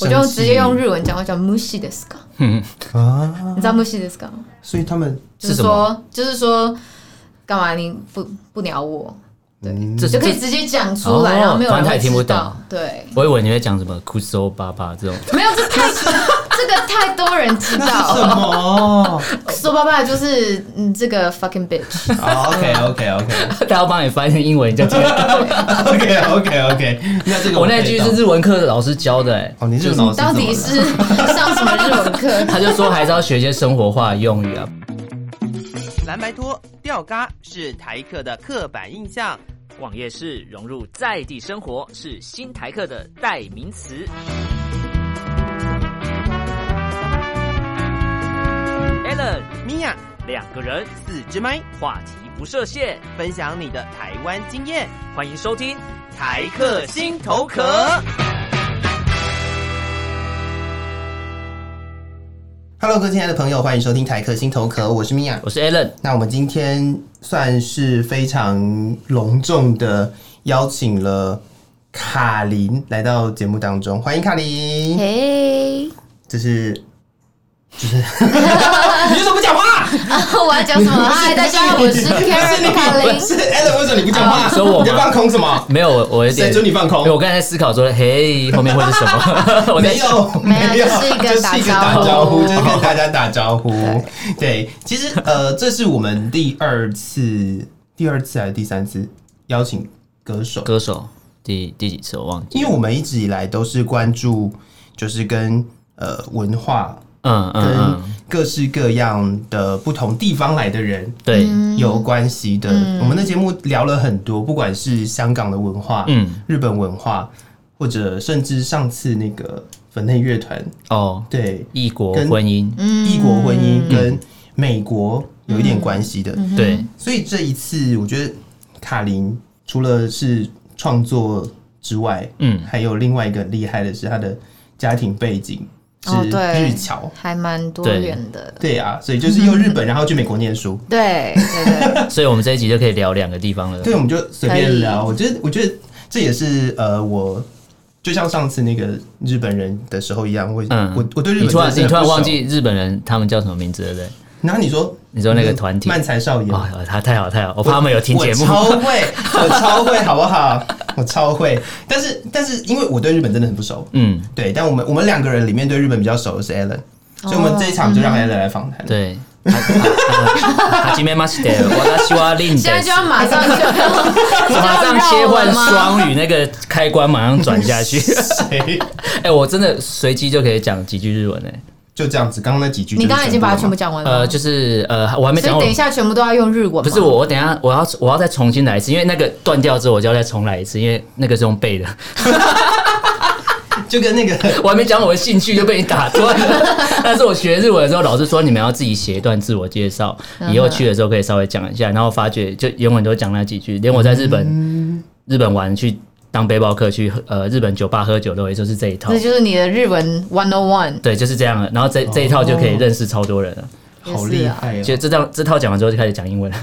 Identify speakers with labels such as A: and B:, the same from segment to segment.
A: 我就直接用日文讲，我讲 mushi d e s k
B: 啊，
A: 你知道 mushi d e s k 吗？
B: 所以他们
A: 就是是
C: 什么
A: 说，就是说，干嘛你不不鸟我？
C: 这
A: 就可以
C: 这
A: 直接讲出来，然后没有
C: 哦反
A: 人
C: 正他
A: 会
C: 也听
A: 知
C: 不懂
A: 道。对，
C: 我以为你会讲什么酷搜爸爸 这种，
A: 没有这太这个太多人知 道
B: 什
A: 了。
B: 么
A: 说爸爸就是嗯，这个 fucking bitch。
B: ？OK OK OK
C: 他要帮你翻译成英文，你就听得懂。
B: OK OK OK，那这个
C: 我那句
B: 可
C: 是
B: 以
C: 日文课的老师教的、欸，
B: 懂哦，你这个老师
A: 到底
B: 怎么
A: 是上什么日文课？
C: 他就说还是要学一些生活化的用语啊。
D: 呃
E: 蓝白拖、吊嘎是台客的刻板印象。
D: 逛夜市融入在地生活是新台客的代名词。Allen
E: 米娅，
D: 两个人
E: 四支麦，
D: 话题不设限，
E: 分享你的台湾经验，
D: 欢迎收听。
E: 台客心头壳。
B: ？Hello，各位亲爱的朋友，欢迎收听台客心头壳，我是米娅。
C: 我是 Alan，
B: 那我们今天算是非常隆重的邀请了卡琳来到节目当中，欢迎卡琳。
A: 嘿，
B: 这是
C: 你怎么不讲话？
A: 我要讲什 么？嗨，大家好，我是 Karen 卡琳。
B: 是 Alan，为什么你不讲话？
C: 哦你说我吗
B: 你在放空什么？
C: 没有，我我有点
B: 谁准你放空
C: 因为我刚才在思考说，嘿，后面会是什么？ 我在哦
B: 没有，
A: 没有
B: 这
A: 这是一个
B: 是一个
A: 打
B: 打招
A: 招
B: 呼，
A: 呼
B: 就是跟大家打招呼。对，其实呃，这是我们第二次，第二次还是第三次邀请歌手？
C: 歌手第第几次我忘记。
B: 因为我们一直以来都是关注，就是跟呃文化
C: 嗯嗯
B: 跟
C: 嗯，
B: 各式各样的不同地方来的人
C: 对，
B: 有关系的。我们的节目聊了很多，不管是香港的文化、
C: 嗯
B: 日本文化，或者甚至上次那个粉内乐团，
C: 哦，
B: 对
C: 异国
B: 跟
C: 婚姻，
B: 异国婚姻跟美国有一点关系的。
C: 对，
B: 所以这一次，我觉得卡琳除了是创作之外，
C: 嗯
B: 还有另外一个很厉害的是她的家庭背景是
A: 哦对
B: 日侨。
A: 还蛮多
C: 对
A: 元的。
B: 对啊，所以就是又日本，然后去美国念 书。
A: 对对对，
C: 所以我们这一集就可以聊两个地方了。
B: 对，我们就随
A: 可
B: 便
A: 以
B: 聊。我觉得，我觉得这也是呃，我就像上次那个日本人的时候一样，我
C: 嗯，
B: 我我对日
C: 你
B: 本
C: 突然
B: 真的是
C: 你突然
B: 不熟
C: 忘。记日本人他们叫什么名字，对不对？
B: 然后你说，
C: 你说那个团体
B: 漫才少爷，
C: 哇，他太好太好，我怕他们有听节目
B: 我。超会，我超会，好不好？我超会，但是但是因为我对日本真的很不熟，
C: 嗯，
B: 对，但我们我们两个人里面对日本比较熟的是 Alan，所以我们这一场就让 Alan 来访谈。
C: 对。哈基梅马西德，我希望令
A: 现在就要马上就要
C: 马上切换
A: 双。
C: 双语，那个开关马上转下去。
B: 谁
C: 哎、我真的随机就可以讲几句日文哎、
B: 就这样子，刚刚那几句就是
A: 你
B: 部了
A: 刚
B: 吗，
A: 刚已经把它全部讲完了吗，
C: 呃，就是呃，我还没
A: 所以
C: 讲完
A: 等一。下全部都要用日文吗。
C: 不是我，我等一下我要我要再重新来一次，因为那个断掉之后我就要再重来一次，因为那个是用背的。
B: 就跟那个
C: 我还没讲我的兴趣就被你打断了。 但是我学日文的时候，老师说你们要自己写一段自我介绍，
B: 嗯
C: 以后去的时候可以稍微讲一下。然后发觉就永远都讲那几
B: 嗯
C: 句，连我在日本、日本玩去当背包客去呃日本酒吧喝酒都也就是这一套
A: 这。就是你的日文 one on one。
C: 对，就是这样了。然后
B: 哦
C: 这这一套就可以认识超多人了。
A: 也
B: 好
A: 是
B: 厉
A: 啊
B: 害哦
C: 就这套这套讲完之后就开始讲英文了。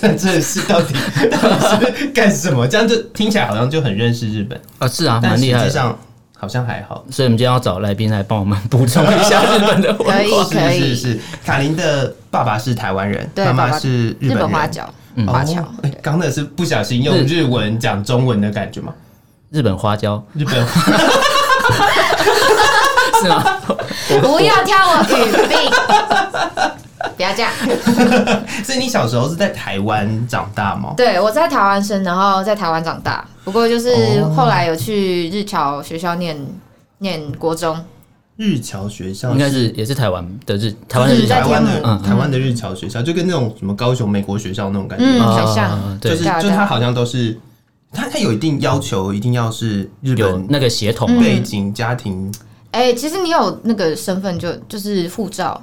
B: 这这是到底到底是干什么？这样就听起来好像就很认识日本，
C: 啊，是啊，
B: 但
C: 蛮
B: 实
C: 厉害
B: 际
C: 的。
B: 上好像还好。
C: 所以我们今天要找来宾来帮我们补充一下日本 的文化。
A: 可以
B: 是
A: 可
B: 是
A: 以，
B: 是，卡琳的爸爸是台湾人，
A: 对
B: 妈
A: 爸
B: 妈
A: 爸
B: 是日
A: 日
B: 本
A: 本
B: 人
A: 花侨，
C: 嗯
A: 华侨
B: 哦。哎刚那是不小心用日文讲中文的感觉吗？
C: 日本花椒
B: 日 本
C: 是啊吗？
A: 不要挑我语病， 不要这样。
B: 所以你小时候是在台湾长大吗？
A: 对我在台湾生，然后在台湾长大，不过就是
C: 哦
A: 后来有去日侨学校念念国中，
B: 日侨学校
C: 应该是也是台湾的日台湾的
B: 就是
C: 日
A: 在
B: 台湾
A: 天
B: 的
A: 母
C: 嗯嗯
B: 台湾的日侨学校，就跟那种什么高雄美国学校那种感觉，
A: 嗯，
C: 啊
A: 很像。
C: 对
B: 就是
A: 对啊
B: 就
A: 对啊
B: 他好像都是他他有一定要求，一定要是日
C: 有
B: 本
C: 那个血统嘛，
B: 背景家庭
A: 哎、其实你有那个身份就就是护照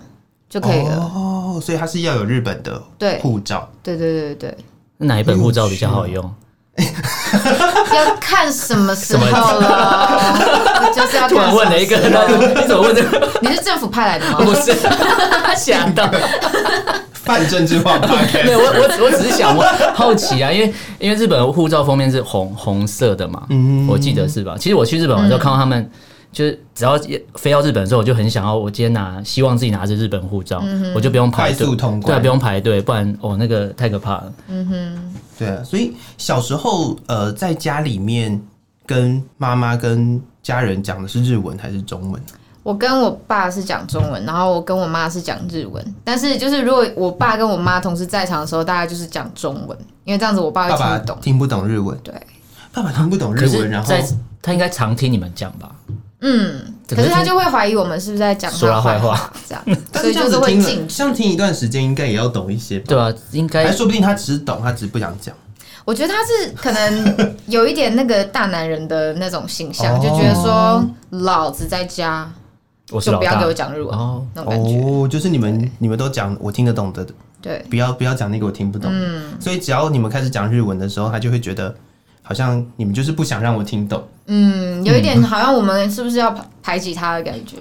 A: 就可以了。
B: 哦，所以他是要有日本的
A: 对
B: 护照，
A: 对对对对
C: 哪一本护照比较好用？
A: 对，要看什么时候了， 就是要看
C: 突然问了一个，
A: 什么时候
C: 你怎么问这个？
A: 你是政府派来的吗？
C: 不是吓到，
B: 半政治化
C: 没
B: podcast，
C: 有，我我只我只是想我好奇啊，因为因为日本的护照封面是红红色的嘛，我记得是吧？其实我去日本玩的时候看到他们。就是只要飞到日本的时候，我就很想要，我今天拿，希望自己拿着日本护照，我就不用排
B: 快
C: 队
B: 速通，关
C: 对啊，不用排队，不然哦，那个太可怕了。嗯
B: 对，啊所以小时候呃，在家里面跟妈妈跟家人讲的是日文还是中文？
A: 我跟我爸是讲中文，然后我跟我妈是讲日文。但是就是如果我爸跟我妈同时在场的时候，大家就是讲中文，因为这样子我爸会
B: 爸
A: 啊听
B: 爸
A: 得懂。
B: 听不懂日文，
A: 对，
B: 爸爸听不懂日
C: 可是
B: 文，然后
C: 在他应该常听你们讲吧？
A: 嗯，
C: 可
A: 可
C: 是
A: 是他
C: 听
A: 就会怀疑我们是不是在讲
C: 说他
A: 坏
C: 坏话
A: 话，这 样，
B: 但
A: 所以
B: 是这样
A: 就是
B: 子
A: 会
B: 听
A: 禁
B: 了，
A: 止。
B: 这样听一段时间应该也要懂一些吧？
C: 对啊，应该
B: 还说不定他只是懂，他只是不想讲。
A: 我觉得他是可能有一点那个大男人的那种形象，
B: 哦
A: 就觉得说老子在家
C: 我是
A: 就
C: 老
A: 不要
C: 大
A: 给我讲日文
C: 哦
A: 那种感觉。
B: 哦，就是你们你们都讲我听得懂的，
A: 对，
B: 不要不要讲那个我听不懂。嗯，所以只要你们开始讲日文的时候，他就会觉得好像你们就是不想让我听懂。
A: 嗯，有一点好像我们是不是要排排挤他的感觉？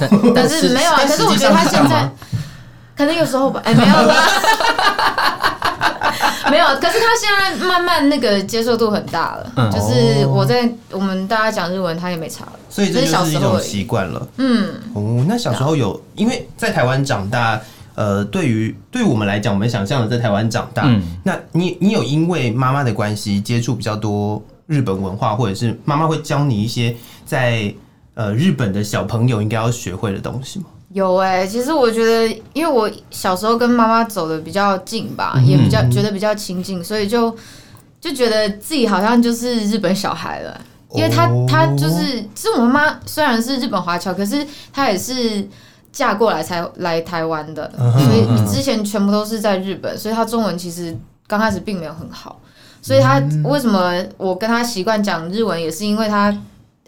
C: 但
A: 但是没有啊，
B: 但
A: 可是
B: 实
A: 我
B: 际
A: 觉得他
B: 上是
A: 现
B: 这样
A: 在
B: 吗
A: 可能有时候吧，哎、没有啦， 没有。啊可是他现在慢慢那个接受度很大了，
C: 嗯
A: 就是我在我们大家讲日文，他也没差了。
B: 所以这就
A: 这小
B: 是一
A: 时候
B: 种
A: 而已
B: 习惯了。
A: 嗯，啊
B: 哦，那小时候有，因为在台湾长大，呃，对于对我们来讲，我们想象的在台湾长大，
C: 嗯
B: 那你你有因为妈妈的关系接触比较多日本文化，或者是妈妈会教你一些在呃日本的小朋友应该要学会的东西吗？
A: 有哎、其实我觉得，因为我小时候跟妈妈走的比较近吧，也比较觉得比较亲近，所以就就觉得自己好像就是日本小孩了。因为她
B: 哦
A: 她就是，其实我妈虽然是日本华侨，可是她也是嫁过来才来台湾的，所以之前全部都是在日本，所以她中文其实刚开始并没有很好，所以她
C: 嗯
A: 为什么我跟她习惯讲日文，也是因为她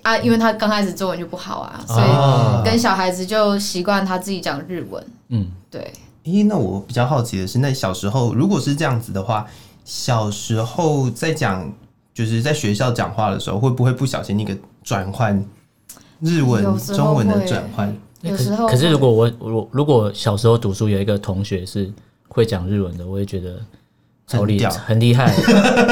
A: 啊，因为她刚开始中文就不好啊，所以
B: 啊
A: 跟小孩子就习惯他自己讲日文，
C: 嗯，
A: 对，
B: 咦，那我比较好奇的是，那小时候如果是这样子的话，小时候在讲就是在学校讲话的时候，会不会不小心那个转换日文
A: 有时候
B: 中文的
A: 会
B: 转换？
A: 有时候
C: 可是如果我我如果小时候读书有一个同学是会讲日文的，我也觉得超厉
B: 很屌
C: 很厉害，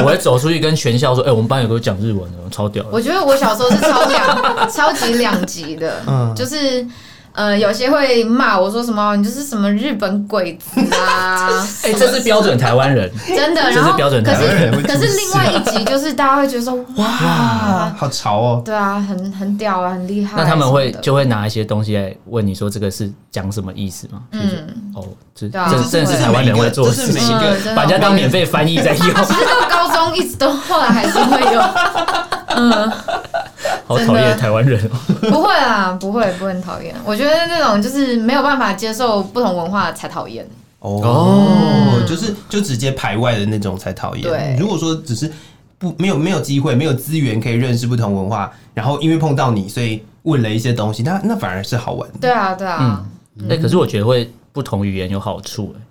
C: 我会走出去跟全校说：“哎、我们班有个讲日文的，超屌的。
A: 我觉得我小时候是超两 超级两极的，
B: 嗯
A: 就是。呃，有些会骂我说什么，你就是什么日本鬼子 啊，
C: 哎、这是标准台湾人，
A: 真的。
C: 这是
A: 然后，
C: 标准
A: 可
C: 台湾
B: 人会
A: 是可
B: 出
A: 是
B: 事
C: 啊
A: 另外一集就是大家会觉得说，
B: 啊
A: 哇，，
B: 好潮哦！
A: 对啊，很很屌啊，很厉害啊。
C: 那他们会
A: 什么的
C: 就会拿一些东西来问你说这个是讲什么意思吗？嗯，哦，这
A: 对啊
C: 这
A: 这是
C: 真的是台湾人会做的事
B: 这是每
C: 情，
B: 一个
A: 嗯真的
C: 把人家当免费翻译在用，
A: 其实到高中一直都后来还是会有，
C: 好讨厌台湾人哦。
A: 不会啦，不会不会很讨厌。我觉得那种就是没有办法接受不同文化才讨厌。
B: 哦，就是就直接排外的那种才讨厌。
A: 对
B: 如果说只是不没有没有机会，没有资源可以认识不同文化，然后因为碰到你，所以问了一些东西，那那反而是好玩的。
A: 对啊，对啊，
C: 哎、可是我觉得会不同语言有好处、哎，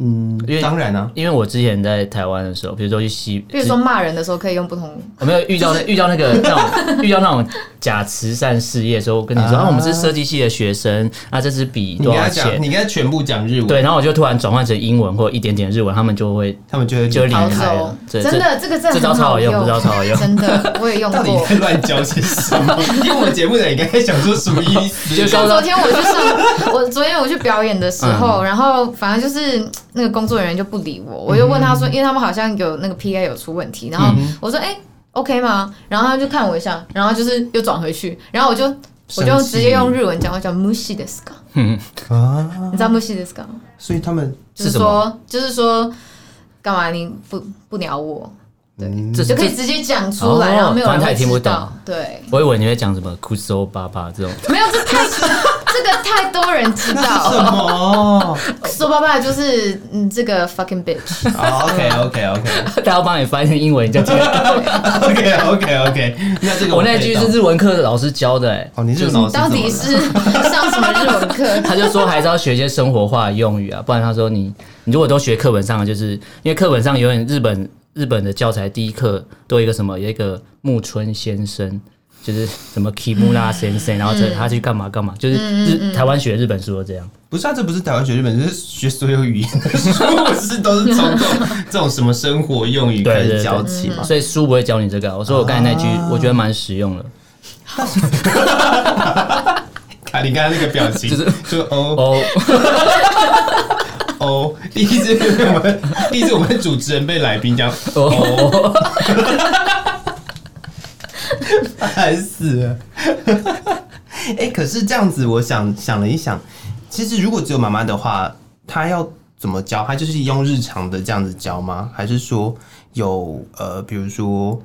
B: 嗯
C: 因为，
B: 当然啊，
C: 因为我之前在台湾的时候，比如说去西，
A: 比如说骂人的时候可以用不同，
C: 我没有遇到那遇到那个那种遇到那种假慈善事业的时候，我跟你说
B: 啊
C: 啊，我们是设计系的学生啊，这支笔
B: 你
C: 多
B: 跟他
C: 少
B: 讲，
C: 钱？
B: 你跟他全部讲日文，
C: 对，然后我就突然转换成英文或一点点日文，他们就会
B: 他们就会觉
C: 就会离
B: 得
A: 逃
C: 开
A: 走
C: 了。。这
A: 真的，这个真
C: 这
A: 的
C: 招
A: 很
C: 超好
A: 好
C: 用这招超好用
A: 真的我也用
B: 到底
A: 过
B: 在。乱教些什么？因为我们节目的人应该想说什么意思？
C: 就
A: 像
C: 高
A: 昨
C: 中
A: 天我去上，我昨天我去表演的时候，
C: 嗯
A: 然后反正就是那个工作人员就不理我，我就问他
C: 嗯
A: 说，因为他们好像有那个 PA 有出问题，然后我说，哎、OK 吗？然后他就看我一下，然后就是又转回去，然后我就我就直接用日文讲，我讲 mushi desu ka，
B: 啊，
A: 你知道 mushi desu ka 吗？
B: 所以他们
A: 就是
C: 嗯什么
A: 说，就是说，干嘛你不不鸟我？
C: 这
A: 就可以
C: 这，
A: 直接讲出来，
C: 哦
A: 然后没有人
C: 反正他也
A: 会
C: 听不
A: 知道
C: 懂。
A: 对，
C: 我以为你会讲什么酷搜爸爸这种，
A: 没有这太 这个太多人知
B: 什
A: 道。
B: 么
A: 说爸爸就是嗯，这个 fucking bitch。
B: ？OK OK OK
C: 他要帮你翻译成英文，你 就听得懂。
B: OK OK OK，那这个
C: 我
B: 可以
C: 那句
B: 懂
C: 是日文课老师教的，哎，
B: 哦，你日文老师
A: 到底
B: 怎么了
A: 是上什么日文课？
C: 他就说还是要学一些生活化的用语啊， 不然他说你你如果都学课本上的，就是因为课本上永远日本日本的教材第一课都有一个什么有一个木村先生，就是什么 Kimura 先生，然后这他去干嘛干嘛，就是日台湾学日本书都这样。
B: 不是啊，这不是台湾学日本，这是学所有语言的书，是都是从这种这种什么生活用语开
C: 对对
B: 始
C: 对
B: 教起嘛。
C: 所以书不会教你这个啊。我说我刚才那句，我觉得蛮实用的。
B: 卡你刚刚那个表情，
C: 嗯就是
B: 就哦
C: 哦，
B: 哦，第一次我们第一次我们主持人被来宾讲
C: 哦，
B: 烦死了。哎、可是这样子，我想想了一想，其实如果只有妈妈的话，她要怎么教？她就是用日常的这样子教吗？还是说有呃，比如说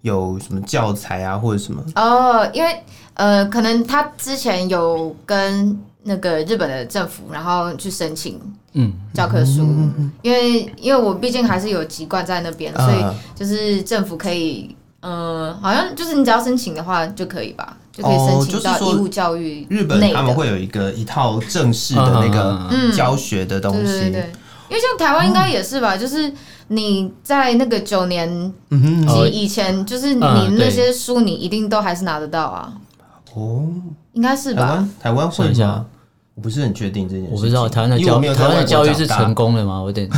B: 有什么教材啊，或者什么？
A: 哦，因为呃，可能他之前有跟那个日本的政府，然后去申请
C: 嗯，
A: 教科书，
B: 嗯
A: 因为因为我毕竟还是有籍贯在那边，所以
B: 啊
A: 就是政府可以，呃，好像就是你只要申请的话就可以吧，就可以
B: 哦
A: 申
B: 就
A: 请
B: 是
A: 到
B: 说
A: 义务教育
B: 日本
A: 内
B: 他们
A: 的
B: 会有一个一套正式的那
C: 啊啊
B: 个教学的东
A: 对
B: 西，
A: 对对，因为像台湾应该也是吧，就是你在那个九年
B: 嗯
A: 级
C: 哦
A: 以前，就是
B: 啊
C: 嗯
A: 你那
C: 对
A: 些书你一定都还是拿得到啊，
B: 哼，哦，
A: 应该是
B: 台
C: 嗯
A: 吧？
B: 湾台湾会
C: 想一下
B: 吗？我不是很确定这件事情，
C: 我不知道台湾的
B: 因为我
C: 教
B: 没有在
C: 台湾的
B: 外国
C: 教育
B: 长
C: 是
B: 大
C: 成功的吗？我 有点，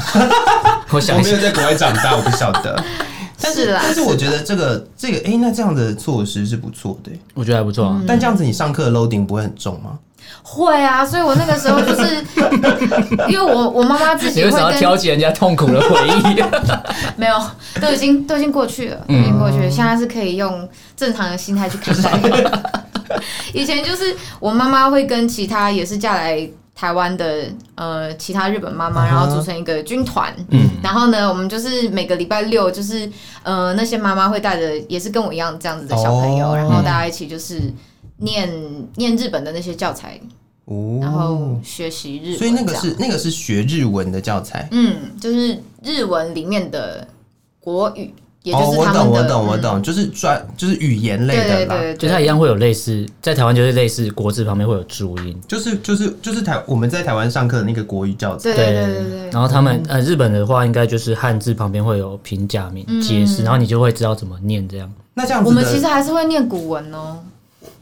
C: 我想
B: 我
C: 一
B: 没
C: 下
B: 有，在国外长大，我不晓得。但
A: 是啦
B: 但是我觉得这个这个，哎、那这样的措施是不错的、
A: 嗯
C: 我觉得还不错啊。
B: 但这样子你上课的 loading 不会很重吗？
A: 会啊，所以我那个时候就是 因为我我妈妈自
C: 你
A: 己
C: 为
A: 会
C: 什么要
A: 跟
C: 挑起人家痛苦的回忆？
A: 没有，都已经都已经过去了，
C: 嗯
A: 都已经过去了。现在是可以用正常的心态去看待的。 以前就是我妈妈会跟其他也是嫁来台湾的呃其他日本妈
C: 嗯
A: 妈，然后组成一个军团。嗯，然后呢，我们就是每个礼拜六就是呃那些妈妈会带着也是跟我一样这样子的小朋友，
B: 哦
A: 然后大家一起就是念念日本的那些教材，
B: 哦，
A: 然后学习日文这
B: 所以
A: 样。
B: 那个是那个是学日文的教材，
A: 嗯，就是日文里面的国语，也就
B: 哦，
A: 是
B: 我
A: 他们的。
B: 懂我懂我
A: 嗯
B: 懂，就是专就是语言类
A: 对
B: 的
A: 对
B: 啦。
A: 对
C: 就
A: 对，
C: 它一样会有类似，在台湾就是类似国字旁边会有注音，
B: 就是就是就是台我们在台湾上课的那个国语教材，
A: 对对对对对对
C: 然后他们呃日本的话，应该就是汉字旁边会有平假名解释，然后你就会知道怎么念这样。
B: 那这样
A: 我
B: 子
A: 们其实
B: 的，
A: 还是会念古文哦。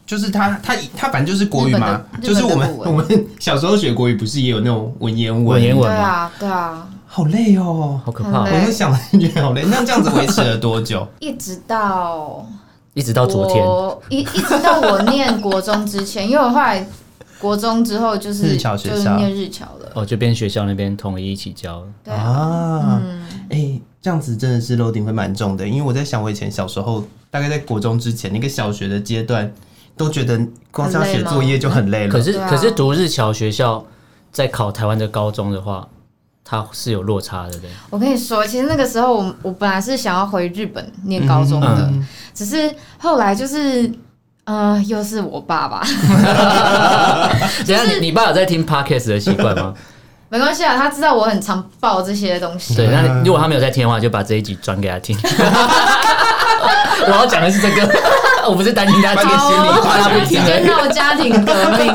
B: 就是他他他反正就是国语嘛，
A: 日本的
B: 就是我
A: 日
B: 们
A: 本的
B: 我
A: 古文
B: 们小时候学国语不是也有那种文言文？
C: 文言
A: 对
C: 文嘛，
A: 啊，对啊，
B: 好累哦，
C: 好可怕
A: 很
B: 我
A: 累
C: 哦！
B: 就想了觉得好累。那这样子维持了多久？
A: 一直到
C: 一直到昨天，
A: 我一一直到我念国中之前，因为我后来国中之后就是
B: 日侨学
A: 就是
B: 校
A: 念日侨了。
C: 哦，就变学校那边统一一起教。
A: 对啊，
B: 啊，哎、这样子真的是 loading 会蛮重的，因为我在想，我以前小时候，大概在国中之前那个小学的阶段，都觉得光是要写作业就很累了。
C: 可是
A: 对啊
C: 可是读日侨学校，在考台湾的高中的话，它是有落差的，对。
A: 我跟你说，其实那个时候我我本来是想要回日本念高中的，
C: 嗯
A: 只是后来就是，呃，又是我爸爸，
C: 等一下你你爸有在听 podcast 的习惯吗？
A: 没关系啊，他知道我很常报这些东西。
C: 对，那你如果他没有在听的话，就把这一集转给他 听。我要讲的是这个， 我不是担心他听，
A: 好啊
C: 心里
A: 我
C: 怕他
A: 好
C: 不
A: 像直
C: 听
A: 接
C: 而已。
A: 闹家庭革命。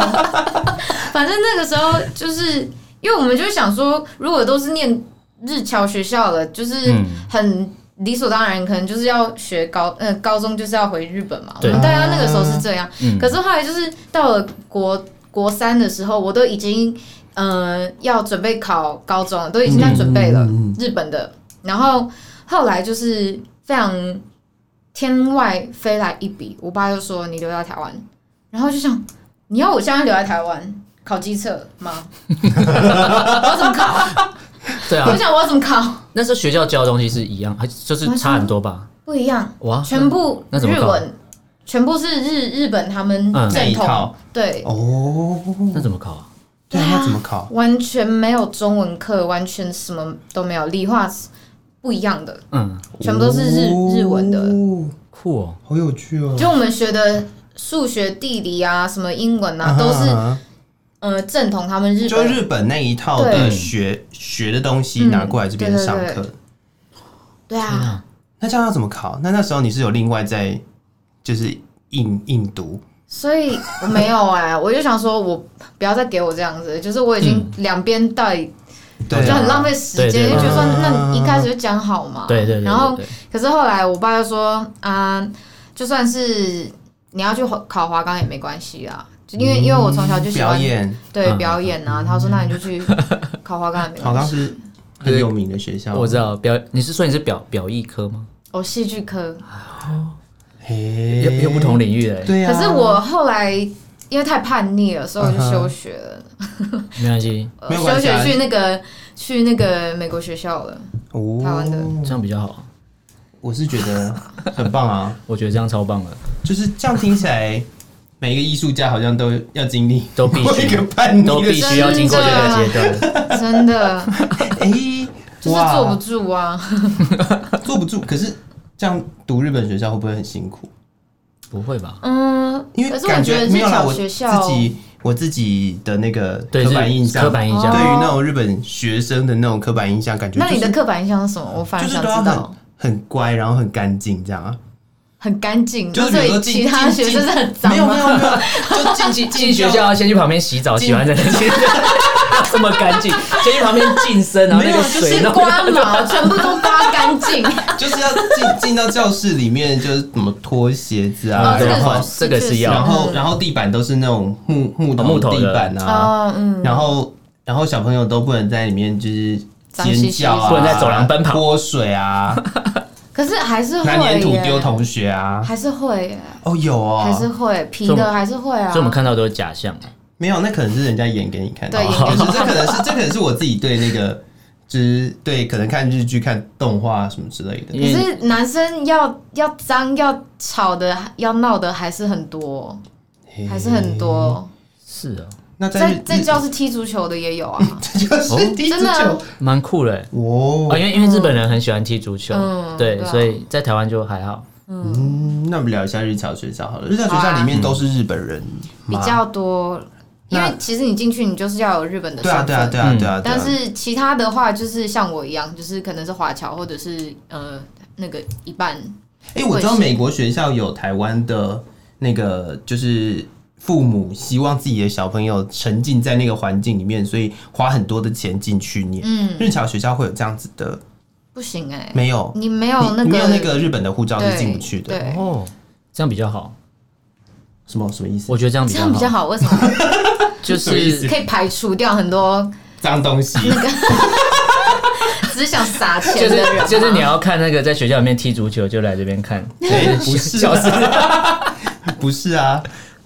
A: 反正那个时候就是，因为我们就想说，如果都是念日侨学校了，就是
C: 嗯
A: 很理所当然，可能就是要学高，呃，高中就是要回日本嘛。我
C: 对
A: 们大家那个时候是这样，
C: 嗯
A: 可是后来就是到了国国三的时候，我都已经呃要准备考高中了，都已经在准备了、
C: 嗯
A: 日本的，然后后来就是非常天外飞来一笔，我爸就说你留在台湾，然后就想你要我现在留在台湾考机测吗？ 我要怎么考？
C: 对
A: 我
C: 啊，
A: 想我要怎么考？
C: 那时候学校教的东西是一样，还就是差很多吧？嗯
A: 不一样，
C: 哇，
A: 全部
C: 啊那怎么
A: 日
C: 搞
A: 文，全部是日日本他们
C: 嗯
B: 那
A: 正
B: 一
A: 统、
B: 套
A: 对。
B: 哦，
C: 那怎么考啊？
B: 对啊，那怎么考？
A: 完全没有中文课，完全什么都没有，理化是不一样的，
C: 嗯，
A: 全部都是日、日文的。
B: 哦，
C: 酷哦。
B: 好有趣哦。
A: 就我们学的数学、地理啊，什么英文啊，都是
B: 啊
A: 呃正统他们日
B: 就
A: 本
B: 日本那一套的
A: 对嗯
B: 学学的东西拿过来这边上
A: 对
B: 课
A: 对，对啊，
B: 那这样要怎么考？那那时候你是有另外在就是印印读
A: 所以我没有哎、我就想说我不要再给我这样子，就是我已经两边到底
B: 对啊
A: 就很浪费时
C: 对
A: 间，
C: 对
A: 就觉得说
B: 嗯
A: 那你一开始就讲好嘛，
C: 对对对对对
A: 嗯然后可是后来我爸就说啊，就算是你要去考华冈也没关系啊，就因为因为我从小啊就喜
B: 嗯表
A: 欢
B: 演，
A: 对
C: 嗯
A: 表演啊，他说那你就去考华冈也没
B: 好像
A: 关系。
B: 是很有名的学校，
C: 我知。道表，你是说你是表表艺科吗？
A: 哦，戏剧科，
B: 嘿，
C: 又又不同领域的、
B: 对啊。
A: 可是我后来因为太叛逆了，所以我就休学了，
C: 没关系，
A: 呃
B: 没有
A: 休
B: 关系啊
A: 学去那个去那个美国学校了。
B: 哦
A: 台湾的
C: 这样比较好。
B: 我是觉得很棒啊，
C: 我觉得这样超棒的，
B: 就是这样听起来，每一个艺术家好像都要经历
C: 都必须
B: 过一个叛逆
C: 都
B: 的
C: 必
B: 时
C: 须要经过这个阶段。
A: 真的
B: 哎，
A: 就是
B: 哇
A: 坐不住啊！
B: 坐不住。可是这样读日本学校会不会很辛苦？
C: 不会吧？
A: 嗯，
B: 因
A: 可
B: 为
A: 是我
B: 感
A: 觉得
B: 没
A: 去
B: 有啦，
A: 小
B: 我
A: 学
B: 自
A: 校，
B: 己我自己的那个
C: 对，
B: 刻板
C: 是
B: 印象，
C: 刻板印象
B: 对于
A: 哦
B: 那种日本学生的那种刻板印象，感觉
A: 那你的
B: 就是
A: 刻板印象是什么？我反而
B: 就是
A: 想
B: 都要
A: 知
B: 很
A: 道，
B: 很乖，然后很干净这样啊。
A: 很干净，
B: 就是比
A: 那
B: 如
A: 所
B: 说
A: 以
B: 进
A: 其他
B: 进
A: 学生是很脏
B: 没有没有
A: 吗？
B: 没有，就进
C: 进进学校要先去旁边洗澡，
B: 进
C: 洗完再能进。 这么干净，先去旁边净身，然后那
B: 没有
C: 个
B: 就是
C: 水
A: 是
C: 弄
A: 刮 毛，全部都刮干 净。
B: 就是要进进到教室里面，就是怎么脱鞋子啊，
A: 哦这个
B: 然
A: 是嗯
B: 后
C: 这个是
B: 然
C: 要，
B: 后然后地板都是那种木木头
C: 哦木头的
B: 地板啊，
A: 哦，嗯，
B: 然后然后小朋友都不能在里面就是
A: 脏
B: 尖
A: 兮兮
B: 叫啊，
C: 不能在走廊奔跑
B: 泼水啊，
A: 可是 还是
B: 拿
A: 会
B: 粘土丢
A: 耶，
B: 同学啊，
A: 还是会耶，
B: 哦有哦，
A: 还是会皮
C: 所以我
A: 的，
C: 们
A: 还是会啊。
C: 所以我们看到都是假象。啊
B: 没有，那可能是人家演给你看的，
A: 对
B: 哦
A: 演
B: 就
A: 给
B: 是 这可能是这可能是我自己对那个。就是对，可能看日剧、看动画什么之类的，
A: 可是男生要要脏要吵的要闹的还是很多，还是很多。
C: 是啊，
B: 那在嗯
A: 在
B: 日
A: 在
B: 日
A: 教室踢足球的也有啊，
B: 这就是第一
A: 真的
B: 次
A: 啊
B: 就
C: 蛮酷的欸。
B: 哦
C: 哦，因为因为日本人很喜欢踢足球，
A: 嗯
C: 对，
A: 对啊
C: 所以在台湾就还好。
B: 嗯，那我们聊一下日侨学校好了。日侨学校里面都是日本人
A: 比
B: 吗，
A: 较多。因为
B: 那
A: 其实你进去，你就是要有日本的
B: 对啊，
A: 身
B: 对啊，
A: 份，
B: 对啊，
C: 嗯
B: 对啊。对啊
A: 但是其他的话，就是像我一样，就是可能是华侨或者是呃那个一半，
B: 哎、我知道美国学校有台湾的那个，就是父母希望自己的小朋友沉浸在那个环境里面，所以花很多的钱进去念。
A: 嗯，
B: 日侨学校会有这样子的，
A: 不行哎、
B: 没有，
A: 你没有那
B: 你没
A: 个
B: 有那个日本的护照是
A: 对
B: 进不去的。
A: 对，
C: 哦，这样比较好，
B: 什么什么意思？
C: 我觉得这样比
A: 这
C: 较
A: 样比较
C: 好，
A: 好，为什 么？
C: 就
B: 什么意思
C: 是
A: 可以排除掉很多
B: 脏东西，
A: 只想撒
C: 就
A: 钱的
C: 是
A: 人吗，
C: 就是你要看那个在学校里面踢足球，就来这 边看。
B: 哎不是
C: 小时
B: 啊， 不是啊。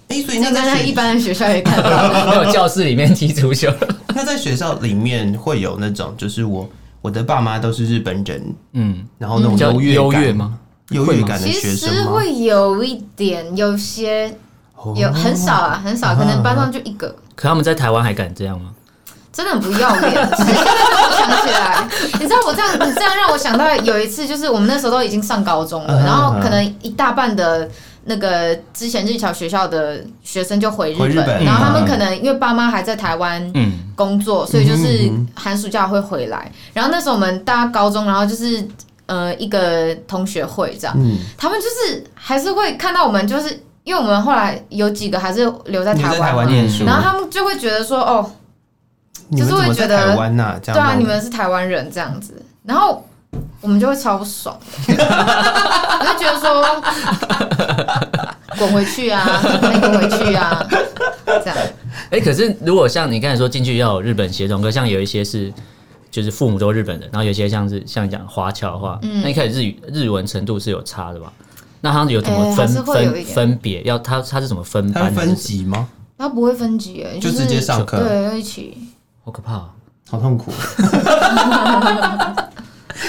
B: 哎、所以那
A: 这个
B: 在
A: 在
B: 学
A: 一般的学校也看 到，
C: 没有教室里面踢足球，
B: 那在学校里面会有那种，就是我我的爸妈都是日本人，
C: 嗯，
B: 然后那种
C: 比较
B: 优越
C: 优
B: 感
C: 越吗？
B: 优
C: 会
B: 越
C: 吗
B: 感的
A: 其
B: 学
A: 实
B: 生吗？
A: 会有一点，有些
B: 哦
A: 有很少啊，很少，可能班上就一个。
C: 可他们在台湾还敢这样吗？
A: 真的很不要脸，是
B: 嗯
A: 现在让我想起来，你知道我这样，你这样让我想到有一次，就是我们那时候都已经上高中
B: 嗯
A: 了，
B: 哼
A: 然后可能一大半的那个之前日侨学校的学生就回日
B: 回
A: 本，
B: 日本
A: 然后他
B: 嗯
A: 们可能因为爸妈还在台湾，
C: 嗯，
A: 工作，所以就是
B: 嗯
A: 寒暑假会回来。然后那时候我们大家高中，然后就是呃一个同学会这样，
B: 嗯，
A: 他们就是还是会看到我们，就是因为我们后来有几个还是留在
B: 你
A: 台
B: 在台
A: 湾
B: 湾
A: 嘛，
B: 念书，
A: 然后他们就会觉得说，哦，
B: 你们怎么在台湾呐、这
A: 对
B: 样
A: 啊，
B: 弄
A: 你们是台湾人这样子，然后我们就会超不爽 的，我就觉得说。滚回去啊！你滚回去啊！这样，
C: 哎、可是如果像你刚才说进去要有日本协同，可像有一些是就是父母都日本人，然后有一些像是像你讲华侨的话，
A: 嗯
C: 那一开始日语日文程度是有差的吧？那他有怎么
A: 哎
C: 分、
A: 还是会有一
C: 分
A: 点
C: 分别？要他他是怎么分
B: 他
C: 班
B: 会
C: 的？
B: 分级吗？
A: 他不会分级耶，
B: 就是直接上课
A: 对，要一起。
C: 好可怕、啊！
B: 好痛苦，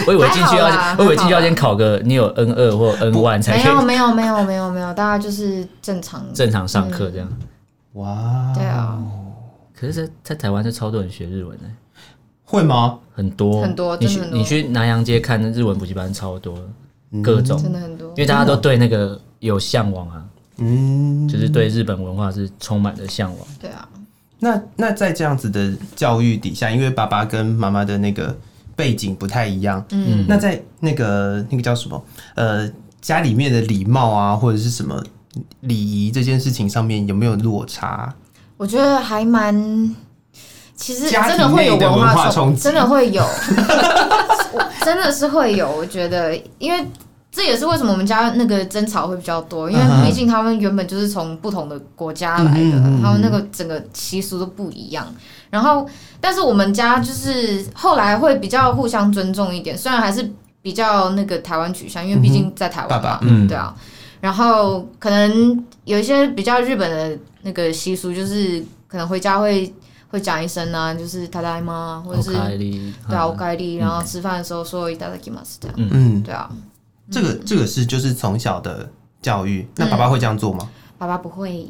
C: 我以为进去要
A: 还好啦，
C: 我以为进去要先考个你有 N 二或 N one 才
A: 没
C: 可
A: 有
C: 以
A: 没有没有没有没有，大家就是正常的。
C: 正常上课
A: 嗯
C: 这样。
B: 哇！
A: 对，啊，
C: 可是在，在台湾就超多人学日文的、
B: 会吗？
C: 很多
A: 很多
C: 你
A: 真
C: 去
A: 的很多
C: 你去南洋街看日文补习班超多的，
B: 嗯
C: 各种，
A: 真
C: 因
A: 的很多。
C: 为大家都对那个有向往啊。
B: 嗯，
C: 就是对日本文化是充满了向往。
A: 对啊，
B: 那那在这样子的教育底下，因为爸爸跟妈妈的那个背景不太一样，嗯，那在那个那个叫什么呃家里面的礼貌啊，或者是什么礼仪这件事情上面有没有落差？
A: 我觉得还蛮，其实
B: 家庭
A: 真的会有
B: 内的文化
A: 化
B: 冲击
A: 真的会有，我真的是会有。我觉得，因为这也是为什么我们家那个争吵会比较多，因为
B: 嗯哼
A: 毕竟他们原本就是从不同的国家来的，
B: 嗯嗯嗯嗯
A: 他们那个整个习俗都不一样。然后，但是我们家就是后来会比较互相尊重一点，虽然还是比较那个台湾取向，因为毕竟在台湾嘛，
B: 嗯哼爸爸
A: 嗯，对啊。然后可能有一些比较日本的那个习俗，就是可能回家会会讲一声啊，就是他大妈，或者是对啊，我
C: 嗯
A: 盖利，然后吃饭的时候说いただきます这样，
B: 嗯，
A: 对啊，
B: 这个这个是就是从小的教育，那
A: 嗯
B: 爸爸会这样做 吗？
A: 爸爸 不会。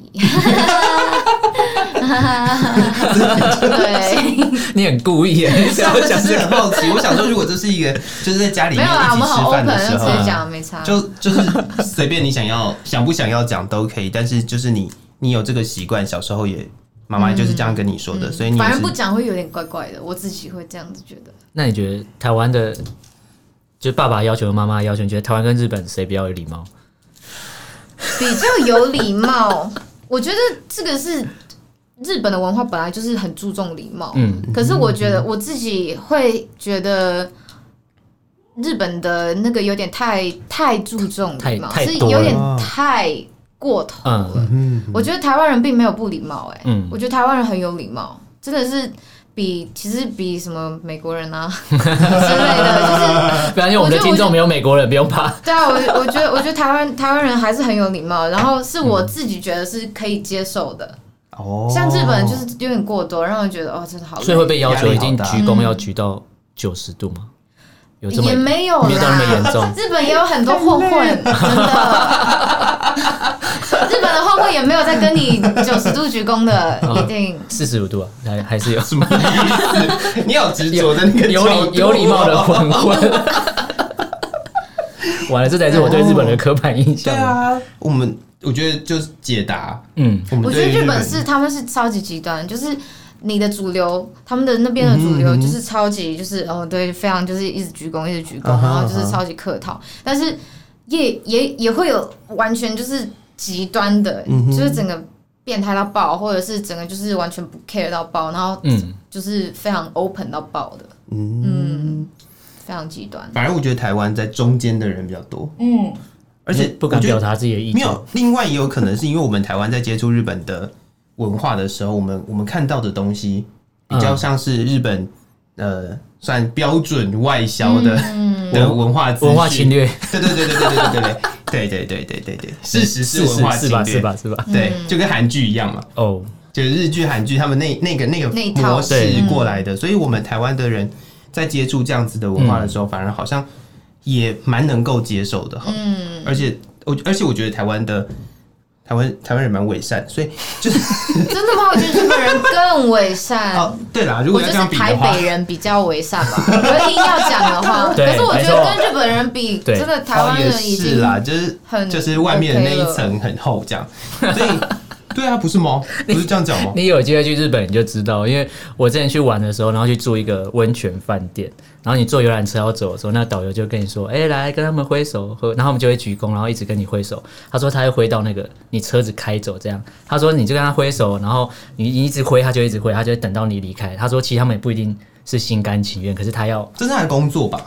A: 对，
C: 你很故意耶，
B: 我 只是很好奇，我想说，如果这是一个就是在家里
A: 没
B: 面
A: 有啦，
B: 一起
A: 我们
B: 吃
A: 好
B: 饭
A: open，
B: 的时
A: 就直
B: 候，啊
A: 接讲，没差。
B: 就就是随便你想要 想不想要讲都可以，但是就是你你有这个习惯，小时候也妈妈就是这样跟你说的，所以你也
A: 嗯反
B: 是
A: 正不讲会有点怪怪的，我自己会这样子觉得。
C: 那你觉得台湾的，就爸爸要求妈妈要求，你觉得台湾跟日本谁比较有礼貌？
A: 哦比较有礼貌， 我觉得这个是日本的文化本来就是很注重礼貌。
C: 嗯，
A: 可是我觉得我自己会觉得。日本的那个有点太太注重礼貌，
C: 太
A: 是
C: 太多了
A: 有点太过头了。我觉得台湾人并没有不礼貌、哎、
C: 嗯
A: 我觉得台湾人很有礼貌，真的是比其实比什么美国人啊 之类的，就是
C: 不然因为我们的听众没有美国人，不用怕。
A: 对啊，我我觉得我觉得台湾台湾人还是很有礼貌，然后是我自己觉得是可以接受的，
B: 哦，
A: 像日本就是有点过多，让我觉得哦，真的好累，
C: 所以会被要求一定
B: 压力好大
C: 鞠躬要鞠到九十度吗？有这么
A: 也没有啦，
C: 没有到那么严重
A: 日本也有很多混混，真的。日本的混混也没有在跟你九十度鞠躬的，一定。
C: 四十五度啊？还还是有
B: 什么意思？ 你好执着的那个
C: 有
B: 角度
C: 礼有礼貌的
B: 哦
C: 混混。完了，这才是 我对日本的刻板印
B: 对
C: 象。
B: 啊， 我们我觉得就是解答，
C: 嗯，
B: 我们
A: 我觉
B: 对
A: 得
B: 于
A: 日本是他们是超级极端，就是你的主流，他们的那边的主流就是超级就是、哦对，非常就是一直鞠躬一直鞠躬，
B: 啊哈
A: 然后就
B: 啊
A: 是
B: 哈
A: 超级客套，但是也也也会有完全就是极端的，
B: 嗯哼
A: 就是整个变态到爆，或者是整个就是完全不 care 到爆，然后
C: 嗯
A: 就是非常 open 到爆的，
B: 嗯，
A: 嗯，非常极端，
B: 反而我觉得台湾在中间的人比较多，
A: 嗯，
B: 而且
C: 不敢
B: 我觉得
C: 表达自己的意
B: 没
C: 见。
B: 有，另外也有可能是因为我们台湾在接触日本的文化的时候，我们我们看到的东西比较像是日本、呃，算标准外销的、
A: 嗯
B: 的文化资讯
C: 文化侵，略，
B: 对对对对对对对对对对对对对对对，事实是
C: 是
B: 文化
C: 是
B: 侵
C: 吧？
B: 略，
C: 是吧？是吧？
B: 对，就跟韩剧一样嘛，
C: 哦，
B: 就是日剧、韩剧他们那那个那个
A: 那一套
B: 模式
C: 对
B: 过来的，所以我们台湾的人在接触这样子的文化的
A: 嗯
B: 时候，反而好像也蛮能够接受的哈。嗯，而且我而且我觉得台湾的台湾台湾人蛮伪善，所以 就是
A: 真的吗？我觉得日本人更伪善。
B: 哦，对啦，如
A: 我
B: 果要
A: 就是
B: 这样比
A: 台
B: 的话
A: 北，人比较为善吧，我硬要讲的话，
C: 对
A: 可是我觉
C: 没错
A: 得跟日本人比，
C: 对
A: 真的台湾
B: 哦也
A: 人已
B: 是
A: 经
B: 啦，就是
A: 很
B: 就是外面的那
A: OK
B: 一
A: 了
B: 层很厚这样，所以 对啊，不是吗？不是这样讲吗？
C: 你有机会去日本你就知道，因为我之前去玩的时候，然后去住一个温泉饭店，然后你坐游览车要走的时候，那导游就跟你说：“哎、来跟他们挥手。”然后他们就会鞠躬，然后一直跟你挥手。他说他会挥到那个你车子开走这样。他说你就跟他挥手，然后你你一直挥，他就一直挥，他就会等到你离开。他说其实他们也不一定是心甘情愿，可是他要
B: 这是他的工作吧？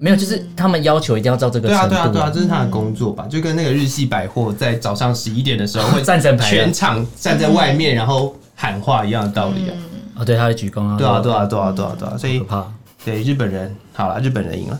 C: 没有，就是他们要求一定要照这个
B: 对
C: 程
B: 啊，
C: 度
B: 对
C: 啊、
B: 啊，对啊，这是他的工作吧？就跟那个日系百货在早上十一点的时候会
C: 站成排
B: 全
C: 的
B: 场站在外面，然后喊话一样的道理啊。
C: 哦，对，他会鞠躬啊，
B: 对啊，对啊，对啊，对啊，对啊，所
C: 可
B: 以
C: 怕。
B: 对日本人，好了，日本人赢了。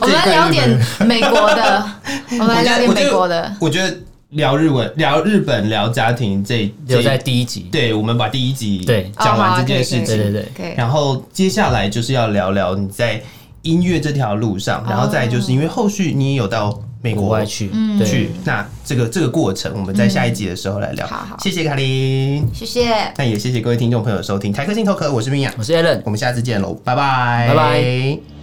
A: 我们来聊点美国的， 我们来聊点
B: 我觉
A: 美
B: 得
A: 国的，
B: 我觉得聊日文、聊日本、聊家庭这
C: 留在
B: 这，
C: 第一集，
B: 对我们把第一集
C: 对
B: 讲
A: 哦好
B: 完
A: 啊
B: 这件事
C: 对
B: 情，
C: 对对，
A: 可以。
B: 然后接下来就是要聊聊你在音乐这条路上，然后再就是因为后续你也有到美
C: 国
B: 国
C: 外去，对。
B: 去。那这个这个过程，我们在下一集的时候来聊。
A: 嗯好好
B: 谢谢卡琳，
A: 谢谢。
B: 那也谢谢各位听众朋友收听《台客镜头壳》，我是冰雅，
C: 我是 Alan，
B: 我们下次见喽，拜拜，
C: 拜拜。